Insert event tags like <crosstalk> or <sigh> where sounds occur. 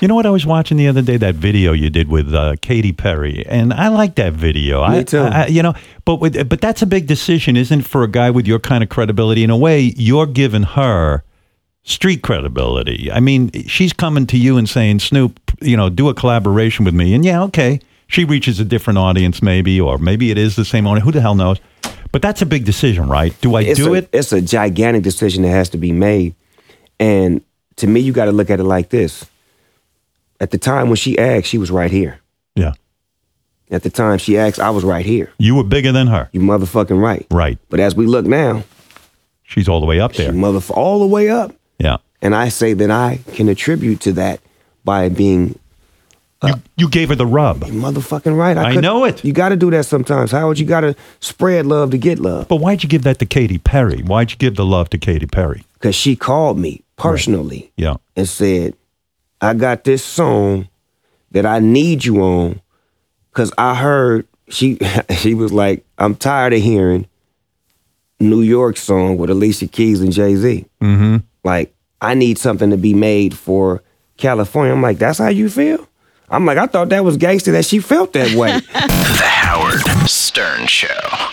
You know what I was watching the other day? That video you did with uh, Katy Perry, and I like that video. Me I, too. I, I- you know, but with, but that's a big decision, isn't it, for a guy with your kind of credibility? In a way, you're giving her street credibility. I mean, she's coming to you and saying, "Snoop, you know, do a collaboration with me." And yeah, okay, she reaches a different audience, maybe, or maybe it is the same audience. Who the hell knows? But that's a big decision, right? Do I it's do a, it? It's a gigantic decision that has to be made. And to me, you got to look at it like this. At the time when she asked, she was right here. Yeah, At the time she asked, I was right here. you were bigger than her, You motherfucking right. right? But as we look now, She's all the way up she there. motherf- all the way up. Yeah. And I say that I can attribute to that by being uh, You, you gave her the rub. motherfucking right. I could- know it. You got to do that sometimes, Howard. You got to spread love to get love. But why'd you give that to Katy Perry? Why'd you give the love to Katy Perry? Because she called me personally. Yeah. and said, I got this song that I need you on because I heard she <laughs> she was like, I'm tired of hearing New York song with Alicia Keys and Jay-Z. Mm-hmm. Like, I need something to be made for California. I'm like, that's how you feel? I'm like, I thought that was gangster that she felt that way. The Howard Stern Show.